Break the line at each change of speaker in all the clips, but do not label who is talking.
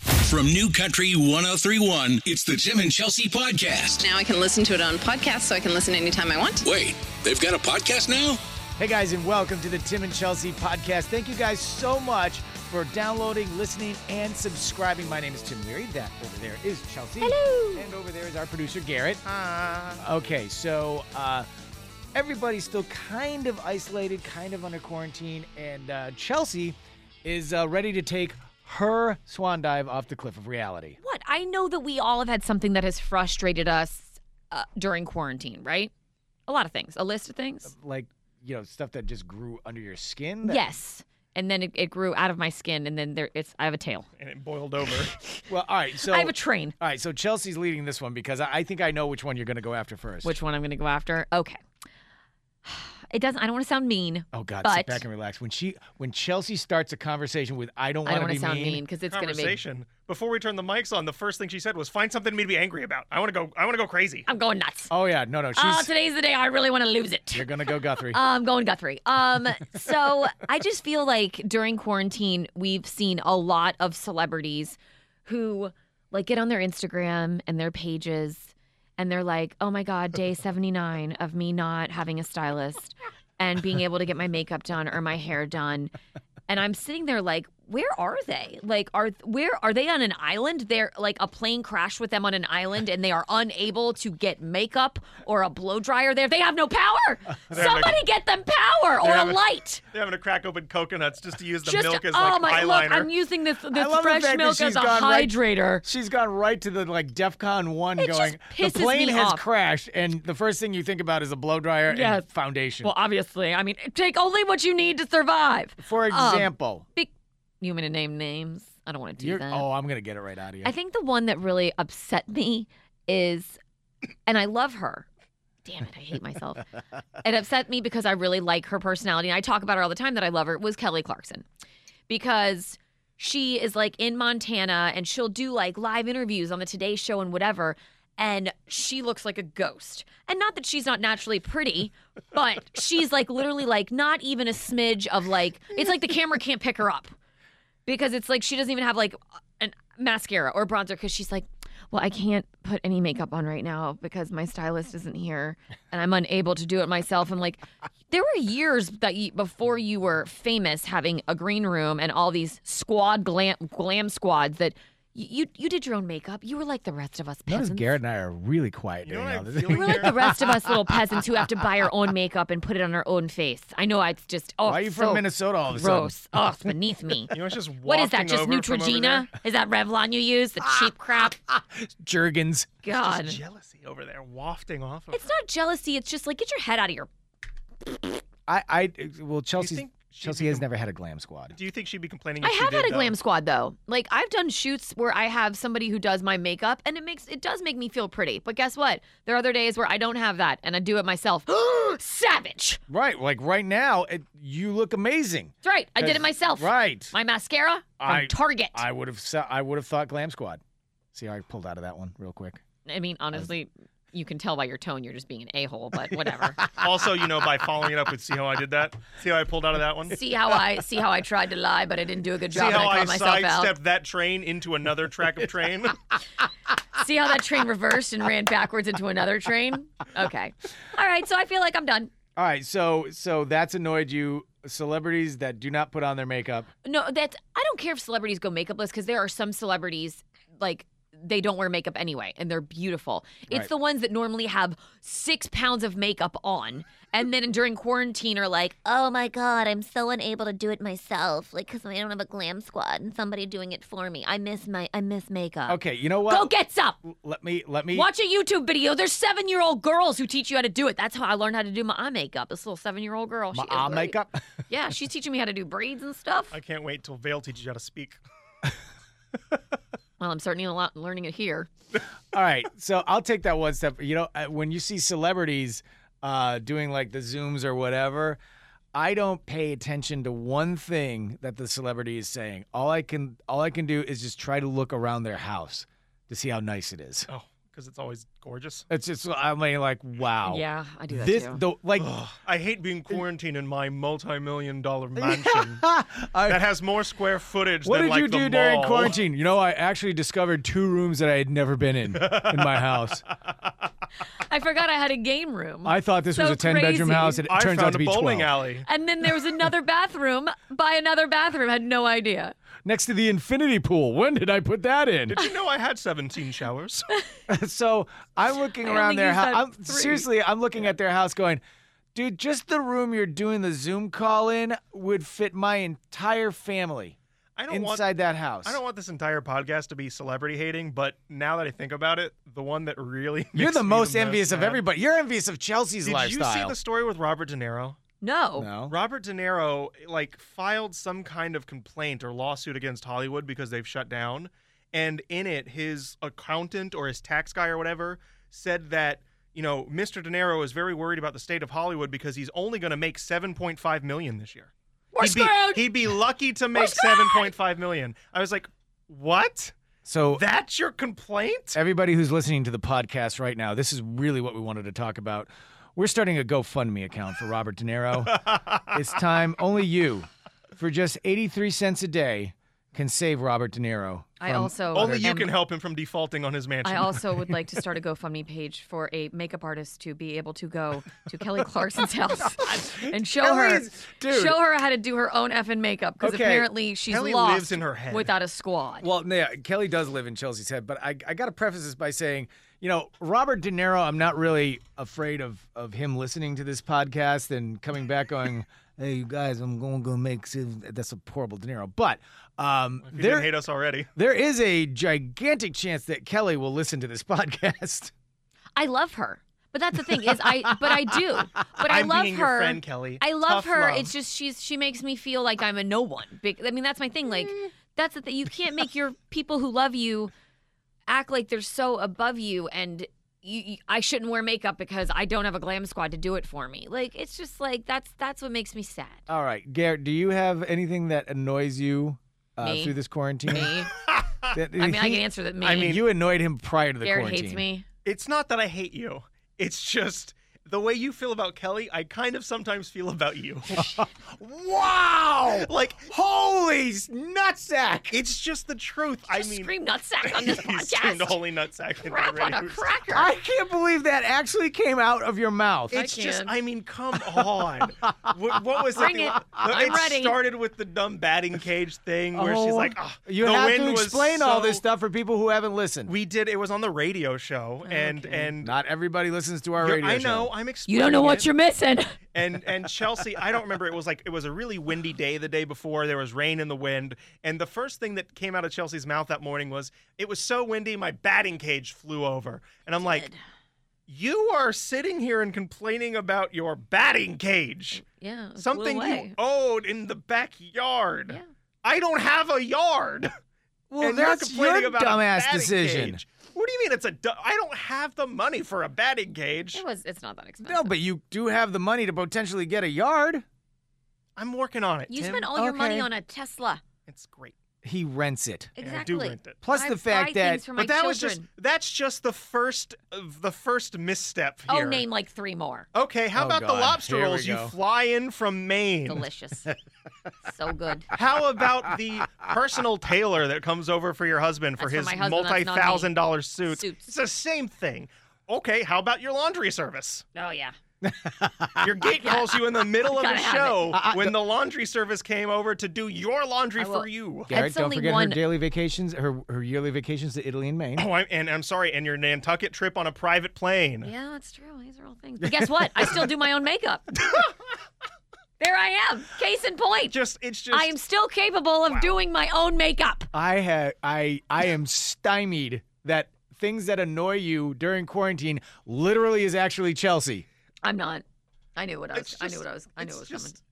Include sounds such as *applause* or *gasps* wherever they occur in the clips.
From New Country 1031, it's the Tim and Chelsea Podcast.
Now I can listen to it on podcast, so I can listen anytime I want.
Wait, they've got a podcast now?
Hey guys, and welcome to the Tim and Chelsea podcast. Thank you guys so much for downloading, listening, and subscribing. My name is Tim Leary. That over there is Chelsea. Hello. And over there is our producer Garrett.
Ah.
Okay, so uh, everybody's still kind of isolated, kind of under quarantine, and uh, Chelsea is uh, ready to take her swan dive off the cliff of reality.
What? I know that we all have had something that has frustrated us uh, during quarantine, right? A lot of things, a list of things.
Like you know, stuff that just grew under your skin. that-
Yes. And then it, it grew out of my skin, and then there it's. I have a tail.
and it boiled over.
Well, all right. So
I have a train.
All right, so Chelsea's leading this one because I I think I know which one you're going to go after first.
Which one I'm going to go after? Okay. *sighs* It doesn't. I don't want to sound mean.
Oh God,
but
sit back and relax. When she, when Chelsea starts a conversation with "I don't
I
want to
don't want
be
to sound mean because it's going to be.
Conversation. Before we turned the mics on, the first thing she said was, "Find something for me to be angry about. I want to go. I want to go crazy."
I'm going nuts.
oh yeah, no, no, she's
oh,
*laughs*
today's the day I really want to lose it.
you're going to go Guthrie.
Um, going Guthrie. Um, so *laughs* I just feel like during quarantine, we've seen a lot of celebrities who like get on their Instagram and their pages, and they're like, "Oh my God, *laughs* day seventy nine of me not having a stylist and being able to get my makeup done or my hair done," and I'm sitting there like. Where are they? Like, are where are they on an island? They're like a plane crashed with them on an island, and they are unable to get makeup or a blow dryer. There, *laughs* they have no power. Somebody get them power or a
having-
light.
They're having to crack open coconuts just to use the
Just
milk as
oh
like
my
eyeliner.
look, I'm using this this
love the
fresh
fact that
milk
she's
as a
gone right-
hydrator.
she's gone right to the like DefCon one,
It just
going. The
pisses
plane
me
has
off.
crashed, and the first thing you think about is a blow dryer
Yes.
and foundation.
Well, obviously, I mean, take only what you need to survive.
For
um,
example,
Be- you want me to name names? I don't want to do
you're,
that.
oh, I'm going to get it right out of you.
I think the one that really upset me is, and I love her. Damn it, I hate myself. it upset me because I really like her personality. And I talk about her all the time that I love her, was Kelly Clarkson. Because she is like in Montana and she'll do like live interviews on the Today Show and whatever. And she looks like a ghost. And not that she's not naturally pretty, but she's like literally like not even a smidge of like, it's like the camera can't pick her up because it's like she doesn't even have like an mascara or bronzer because she's like well i can't put any makeup on right now because my stylist isn't here and i'm unable to do it myself i'm like there were years that you, before you were famous having a green room and all these squad glam, glam squads that y- you you did your own makeup you were like the rest of us
Notice
peasants
Garrett and I are really quiet
You know what
right
I'm
now.
feeling
we're like
here?
the rest of us little peasants who have to buy our own makeup and put it on our own face i know it's just oh
Why are you
so
from Minnesota all of a sudden?
gross oh it's beneath me
You know, it's just
what is that?
wafting
Just
over from over
Neutrogena? Is that Revlon you use? The
*laughs*
cheap crap?
Jergens.
there.
God.
Just jealousy over there, wafting off of.
It's
her.
not jealousy. It's just like, get your head out of your.
I, I, well, Chelsea,
think she'd
Chelsea
be
has
com-
never had a glam squad.
Do you think she'd be complaining? If
I
she
have
did,
had a
though?
glam squad though. Like I've done shoots where I have somebody who does my makeup and it makes it does make me feel pretty. But guess what? There are other days where I don't have that and I do it myself. *gasps* Savage.
Right, like right now, it, you look amazing.
That's right. I did it
That's
myself.
Right.
My mascara from
I-
Target. I,
I would have. sa- I would have thought Glam Squad. See, how I pulled out of that one real quick.
mean, honestly, you can tell by your tone you're just being an a-hole, but whatever.
*laughs* Also, you know, by following it up with, see how I did that? See how I pulled out of that one?
see how I see how I tried to lie, but I didn't do a good
see
job and
how
I
I
called myself out.
sidestepped that train into another track
*laughs*
of train?
See how that train reversed and ran backwards into another train? Okay. All right, so I feel like I'm done.
All right, so so that's annoyed you. Celebrities that do not put on their makeup.
No, that's I don't care if celebrities go makeupless because there are some celebrities like they don't wear makeup anyway and they're beautiful. It's
Right.
the ones that normally have six pounds of makeup on and then during quarantine are like,
oh my god, I'm so unable to do it myself, like because I don't have a glam squad and somebody doing it for me. I miss my, I miss makeup.
Okay, you know
go
what?
get some.
Let me let me.
Watch a YouTube video. There's seven year old girls who teach you how to do it. That's how I learned how to do my eye makeup. This little seven year old girl.
my
she is
eye
very-
makeup. *laughs*
Yeah, she's teaching me how to do braids and stuff.
I can't wait till Vale teaches you how to speak.
Well, I'm certainly a lot learning it here.
All right, so I'll take that one step. You know, uh, when you see celebrities uh, doing like the zooms or whatever, I don't pay attention to one thing that the celebrity is saying. All I can all I can do is just try to look around their house to see how nice it is.
Oh, because it's always gorgeous.
It's just I mean like wow.
Yeah, I do that
This
too.
the like
Ugh, I hate being quarantined in my multi-million
*laughs*
dollar mansion
I-
that has more square footage
what
than
did
like
you
the
do during
mall.
quarantine? You know, I actually discovered two rooms that I had never been in in my house.
I forgot I had a game room.
I thought this
So
was a ten bedroom
crazy.
house, and it
I
turns
found
out to
a
be
bowling
twelve.
alley.
and then there was another bathroom by another bathroom. Had no idea.
next to the infinity pool. When did I put that in?
Did you know I had
*laughs*
17 showers?
so I'm looking
I
around
only
their
used
house.
that
I'm,
three.
seriously, I'm looking at their house, going, dude, just the room you're doing the Zoom call in would fit my entire family
I don't
inside
want
that house.
I don't want this entire podcast to be celebrity hating, but now that I think about it, the one that really
you're
makes
the
me
most envious of
mad-
everybody. You're envious of Chelsea's
Did
lifestyle.
you see the story with Robert De Niro?
No.
no.
Robert De Niro like filed some kind of complaint or lawsuit against Hollywood because they've shut down, and in it, his accountant or his tax guy or whatever said that you know Mr. De Niro is very worried about the state of Hollywood because he's only going to make 7.5 million this year.
We're
he'd
screwed.
Be, he'd be lucky to make 7.5 million. I was like, what?
So
That's your complaint?
everybody who's listening to the podcast right now, this is really what we wanted to talk about. We're starting a GoFundMe account for Robert De
*laughs*
Niro. it's time only you, for just 83 cents a day, can save Robert De Niro.
I
from-
also
Only you
am-
can help him from defaulting on his mansion.
I also would like to start a GoFundMe page for a makeup artist to be able to go to
*laughs* Oh
Kelly Clarkson's house and show
Kelly's-
her
dude.
show her how to do her own effing makeup because
Okay.
apparently she's
Kelly
lost
lives in her head.
without a squad.
Well, yeah, Kelly does live in Chelsea's head, but I, I got to preface this by saying, you know, Robert De Niro, I'm not really afraid of, of him listening to this podcast and coming back going, *laughs* hey, you guys, I'm going to go make. That's a horrible De Niro. But um,
If you didn't
there,
hate us already.
there is a gigantic chance that Kelly will listen to this *laughs* podcast.
I love her, but that's the thing is I but I do, but I
am
love
being
her.
your friend, Kelly.
I love
Tough
her.
love.
It's just she's she makes me feel like I'm a no one. Big- I mean, that's my thing. Like
Mm.
that's the thing. You can't make
*laughs*
your people who love you act like they're so above you and. You, you, I shouldn't wear makeup because I don't have a glam squad to do it for me. Like it's just like that's that's what makes me sad.
All right, Garrett, do you have anything that annoys you uh,
Me.
through this quarantine?
Me,
*laughs* That-
I mean, I
he- *laughs*
can answer that. Me,
I mean,
you annoyed him prior to the
Garrett
quarantine.
hates me.
it's not that I hate you. It's just the way you feel about Kelly, I kind of sometimes feel
*laughs*
about you.
Wow!
like,
Holy nutsack!
it's just the truth. I
Just
mean,
scream nutsack on *laughs* this
*laughs* you screamed
podcast.
holy nutsack. into the
Crap on a
radio.
cracker.
I can't believe that actually came out of your mouth.
It's just,
can.
I mean, come
*laughs*
on. what, what was
Bring
it?
it.
The-
I'm
it
ready.
started with the dumb batting cage thing where she's
Oh,
like, "Ah,
you
the
have
wind
to
was
explain all this
so-"
stuff for people who haven't listened.
We did. It was on the radio show, and and
Not everybody listens to our
you're-
radio
I
show.
know I'm explaining.
you don't know
it.
what you're missing.
and and Chelsea, I don't remember. It was like it was a really windy day the day before. There was rain in the wind, and the first thing that came out of Chelsea's mouth that morning was, "It was so windy, my batting cage flew over." And I'm like, "You are sitting here and complaining about your batting cage,
yeah, it blew
something
away.
*laughs* you owned in the backyard.
Yeah.
I don't have a yard."
Well,
and
that's
you're complaining
your
about a
dumbass
batting
decision.
cage. What do you mean it's a? Du- I don't have the money for a batting cage.
It was. It's not that expensive.
No, but you do have the money to potentially get a yard.
I'm working on it.
You
Tim.
spend all your money
Okay.
on a Tesla.
it's great.
He rents it.
and
Exactly.
I do rent it.
Plus
I
the
buy
fact that
things for my
But that was just
children.
that's just the first of the first misstep
Oh,
here.
name like three
*laughs*
more.
Okay, how
Oh,
about the
God.
lobster
Here we
rolls you
go.
fly in from Maine?
Delicious. so good.
How about the personal tailor that comes over for your husband for
That's for
his
my husband, that's not me.
multi-thousand dollar suit?
Suits.
It's the same thing. Okay, how about your
*laughs*
laundry service?
Oh yeah.
Your gate calls you in
*laughs*
the middle of the
Gotta have it.
show
Uh,
when the laundry service came over to do your
I
laundry
will-
for you.
Garrett,
That's
don't
only
forget
one-
her daily vacations, her her yearly vacations to Italy and
*clears throat*
Maine.
Oh, I'm, and I'm sorry, and your Nantucket trip on a private plane.
Yeah, that's true. These are all things. But guess what? I still do my own makeup.
*laughs*
there I am. Case in point.
Just it's just
I am still capable of doing my own makeup.
I have I I am stymied that things that annoy you during quarantine literally is actually Chelsea.
I'm not. I knew what I was.
It's
I knew
just-
what I was. I knew
it's
it was coming.
just-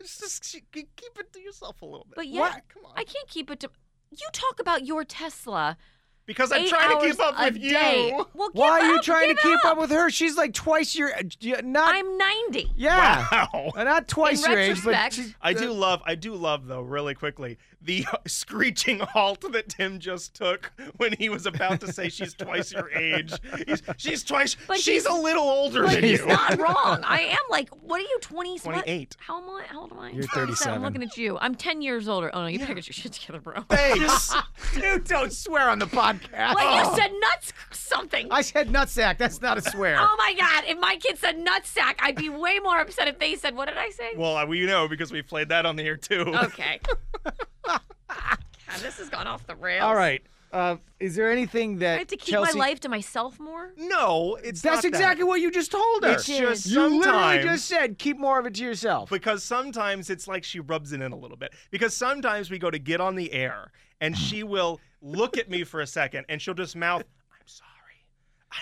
It's just she- ke- keep it to yourself a little bit.
But yeah,
come on.
I can't keep it to. You talk about your Tesla
because I'm
Eight
trying to
hours
keep up
a
with
day.
you.
Well, give
Why are you
up,
trying to
give
keep up. with her? She's like twice your. yeah, Not.
I'm 90.
yeah.
Wow.
Uh, Not twice
In
your age, but
retrospect-
she's,
*laughs* I do love, I do love though, really quickly, the *laughs* screeching halt that Tim just took when he was about to say she's twice your age. He's, she's twice,
But he's-
she's a little older
But
than
he's
you. *laughs*
not wrong. I am like, what are you, 20?
28.
How, am I, how old am I?
You're 37.
I'm looking at you. I'm 10 years older. Oh, no, you gotta get your shit together, bro.
*laughs* Thanks.
you don't swear on the podcast.
Wait, you said nuts something.
*laughs* oh. I said nutsack. That's not a swear.
oh, my God. If my kid said nutsack, I'd be way more upset if they said, what did I say?
*laughs*
well, we know because we played that on the air too.
Okay. God, this has gone off the rails.
All right. Uh, is there anything that
I have to keep
Chelsea-
my life to myself more.
No, it's
That's
not that.
exactly what you just told her.
It's just
you literally
sometimes-
just said keep more of it to yourself.
because sometimes it's like she rubs it in a little bit. Because sometimes we go to get on the air
*laughs*
and she will look at me for a second and she'll just mouth, "I'm sorry,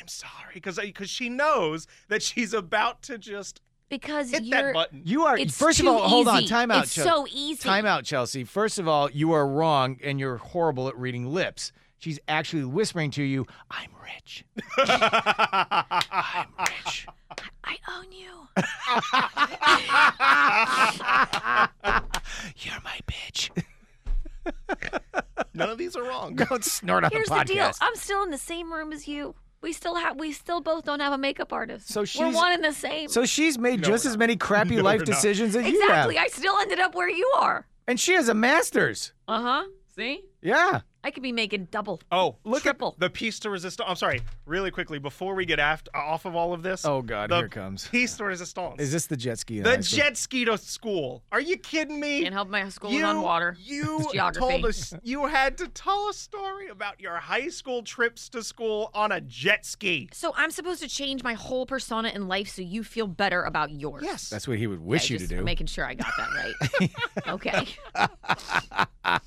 I'm sorry," because because she knows that she's about to just
Because
hit
you're.
that button.
you are
It's
first of
too
all, hold on,
easy.
time out,
It's
Chelsea.
so easy.
Time out, Chelsea. First of all, you are wrong and you're horrible at reading lips. She's actually whispering to you, I'm rich. I'm rich.
I own you.
You're my bitch. *laughs*
None of these are wrong.
Don't snort on
Here's
the
the
podcast.
deal. I'm still in the same room as you. We still have. We still both don't have a makeup artist.
So
we're
she's-
one and the same.
So she's made just as many crappy
No,
life
we're not.
decisions that you have.
exactly. I still ended up where you are.
And she has a master's.
Uh huh. See,
Yeah.
I could be making double.
Oh,
look at- Triple.
the piece to resistance. I'm sorry, really quickly before we get aft- uh, off of all of this.
Oh, God,
the
here it comes.
piece to resistance.
Is this the jet ski? in high
the
school?
jet ski to school? Are you kidding me?
Can't help my school is on water.
You
*laughs* It's geography.
told us you had to tell a story about your high school trips to school on a jet ski.
So I'm supposed to change my whole persona in life so you feel better about yours.
Yes.
That's what he would wish
Okay,
you
just
to do.
Making sure I got that
*laughs*
right. okay.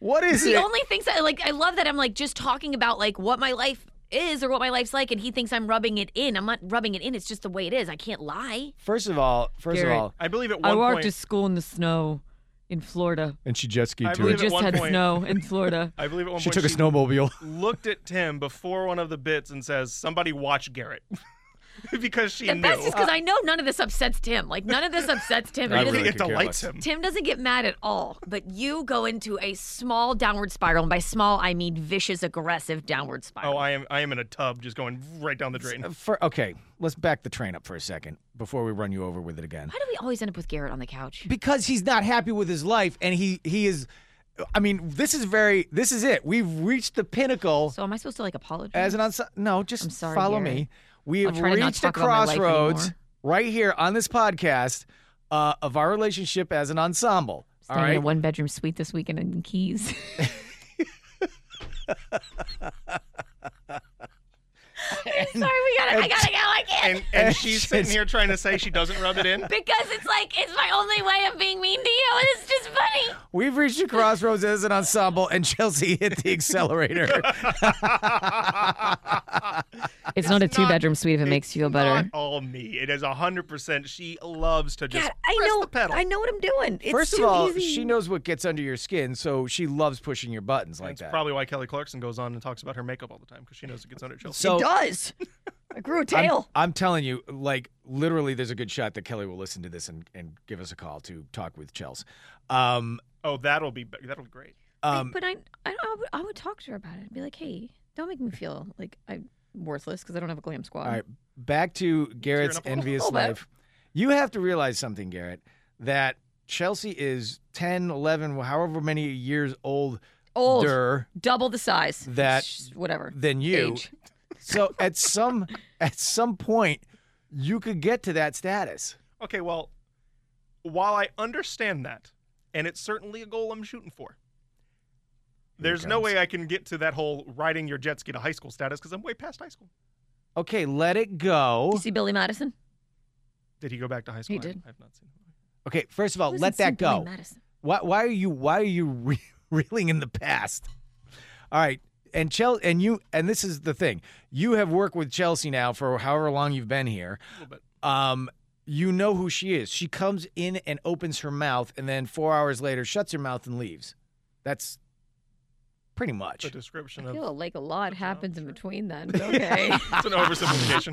what is
The
it?
only things that like I love that I'm like just talking about like what my life is or what my life's like, and he thinks I'm rubbing it in. I'm not rubbing it in. It's just the way it is. I can't lie.
First of all, first
Garrett.
of all,
I believe at one point.
school in the snow in Florida.
and she jet skied
I
to
believe
it.
it- just one had point- snow
in
*laughs*
Florida.
I believe at one
She
point
took a
she
snowmobile.
looked at Tim before one of the bits and says, "Somebody watch Garrett," *laughs* because she
And
knew.
that's just because I know none of this upsets Tim. Like none of this upsets
*laughs*
Tim.
I
He
it,
doesn't-
really
it
could care
delights
less.
him.
Tim doesn't get mad at all, but you go into a small downward spiral, and by small I mean vicious, aggressive downward
Oh,
spiral.
I am. I am in a tub, just going right down the drain.
*laughs* For, okay, let's back the train up for a second before we run you over with it again.
Why do we always end up with Garrett on the couch?
Because he's not happy with his life, and he he is. I mean, this is very. This is it. We've reached the pinnacle
So am I supposed to like apologize?
as an ensemble. No, just
I'm sorry,
follow
Garrett.
me. We
I'll
have
try to not
reached the
talk about my life
crossroads
anymore.
right here on this podcast uh, of our relationship as an ensemble. All
Staying in
right.
a one bedroom suite this weekend in Keys.
*laughs*
*laughs* I'm sorry, we gotta, I gotta go. I can't.
And
*laughs*
and she's sitting here trying to say she doesn't rub it in.
because it's like, it's my only way of being mean to you, and it's just funny.
We've reached the crossroads as an ensemble, and Chelsea hit the
*laughs*
accelerator.
It's, not a
It's not-
two bedroom suite if it makes you feel better.
Oh,
Not all me. It is hundred percent. She loves to just
God, I
press
know.
the pedal.
I know what I'm doing. It's
First of
too
all,
easy.
she knows what gets under your skin, so she loves pushing your buttons like
That's
that.
probably why Kelly Clarkson goes on and talks about her makeup all the time because she knows it
*laughs*
gets under Chelsea.
so
does. I grew a
I'm, I'm telling you, like literally, there's a good shot that Kelly will listen to this and, and give us a call to talk with Chels. Um,
Oh, that'll be that'll be great.
um,
but I, I, I, would, I would talk to her about it. I'd be like, hey, don't make me feel like I'm worthless because I don't have a glam squad.
all right, back to Garrett's
up a little-
envious
little bit.
life. You have to realize something, Garrett, that Chelsea is 10, 11, however many years older
Old, double the size.
That-
Sh- whatever.
than you.
Age.
So at some at some point, you could get to that status.
Okay, well, while I understand that, and it's certainly a goal I'm shooting for, there's no
comes.
way I can get to that whole riding your jet ski to high school status because I'm way past high school.
Okay, let it go.
You see Billy Madison?
Did he go back to high school? I-
did.
I, have not seen him.
Okay, first of all,
Who
let
hasn't seen
that go.
Billy Madison?
Why, why are you why are you re- *laughs* reeling in the past? All right, and Chel and you and this is the thing. You have worked with Chelsea now for however long you've been here.
A little bit.
Um, you know who she is. She comes in and opens her mouth, and then four hours later shuts her mouth and leaves. That's Pretty much.
The description
I
of
feel like a lot happens in
sure.
between *laughs* then. but Okay.
*laughs* it's
*laughs*
an oversimplification.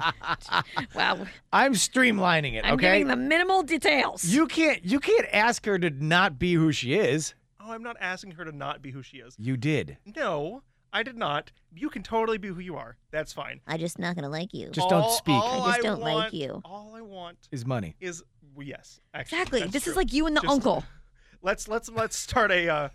wow.
I'm streamlining it.
I'm
okay.
giving the minimal details.
you can't. You can't ask her to not be who she is.
oh, I'm not asking her to not be who she is.
You did.
No, I did not. You can totally be who you are. That's fine.
I'm just not gonna like you.
Just don't
All-
speak.
all
I just don't like
want-
you.
All I want
Is money.
is well, yes. Actually,
exactly.
that's
This is
true.
like you and the
Just-
uncle.
let's let's let's start a. Uh,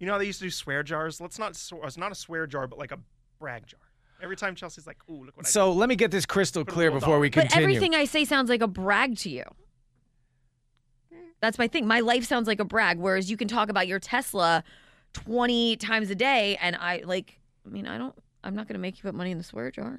you know how they used to do swear jars? Let's not. sw- It's not a swear jar, but like a brag jar. Every time Chelsea's like, "Ooh, look what I
So let me get this crystal
Put a
clear
little
before we
But
continue.
everything I say sounds like a brag to you. That's my thing. My life sounds like a brag, whereas you can talk about your Tesla 20 times a day. And I, like, I mean, I don't, I'm not going to make you put money in the swear jar.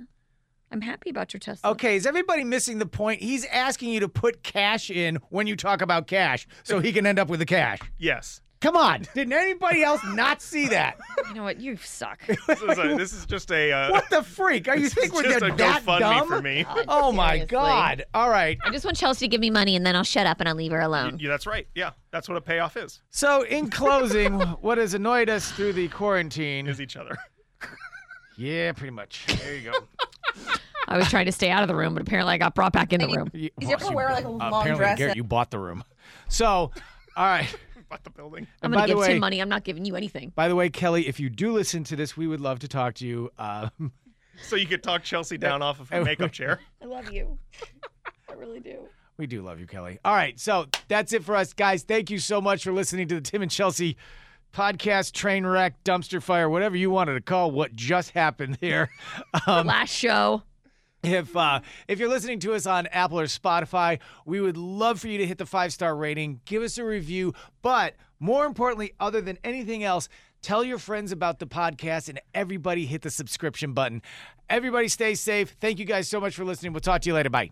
I'm happy about your Tesla.
Okay, is everybody missing the point? He's asking you to put cash in when you talk about cash so he can end up with the cash.
did."
*laughs*
Yes.
Come on. Didn't anybody else not see
*laughs*
that?
You know what? You *laughs* suck.
This is, a, this is just a. Uh,
What the freak? Are you
*laughs* this is
think we're
just a
that that
GoFundMe
dumb?
for me. *laughs*
Oh my
Seriously.
god. All right.
I just want Chelsea to give me money and then I'll shut up and I'll leave her alone.
Yeah, that's right. Yeah, that's what a payoff is.
So in closing, *laughs* what has annoyed us through the quarantine
Is each other. *laughs*
Yeah, pretty much. There you go.
I was trying to stay out of the room, but apparently I got brought back in the room.
You-
Is it for wear, like, a long
apparently,
dress
Garrett,
and-
you bought the room. *laughs* So, all right.
Bought the building.
And
I'm going
by
to
the
give
way,
Tim money. I'm not giving you anything.
By the way, Kelly, if you do listen to this, we would love to talk to you. Uh,
So you could talk Chelsea down off of her makeup chair.
I love you. I really do.
*laughs* we do love you, Kelly. All right, so that's it for us, guys. Thank you so much for listening to the Tim and Chelsea podcast, train wreck, dumpster fire, whatever you wanted to call what just happened there. *laughs* Um,
Last show.
if uh, if you're listening to us on Apple or Spotify, we would love for you to hit the five star rating, give us a review, but more importantly, other than anything else, tell your friends about the podcast and everybody hit the subscription button. Everybody stay safe. Thank you guys so much for listening. We'll talk to you later. Bye.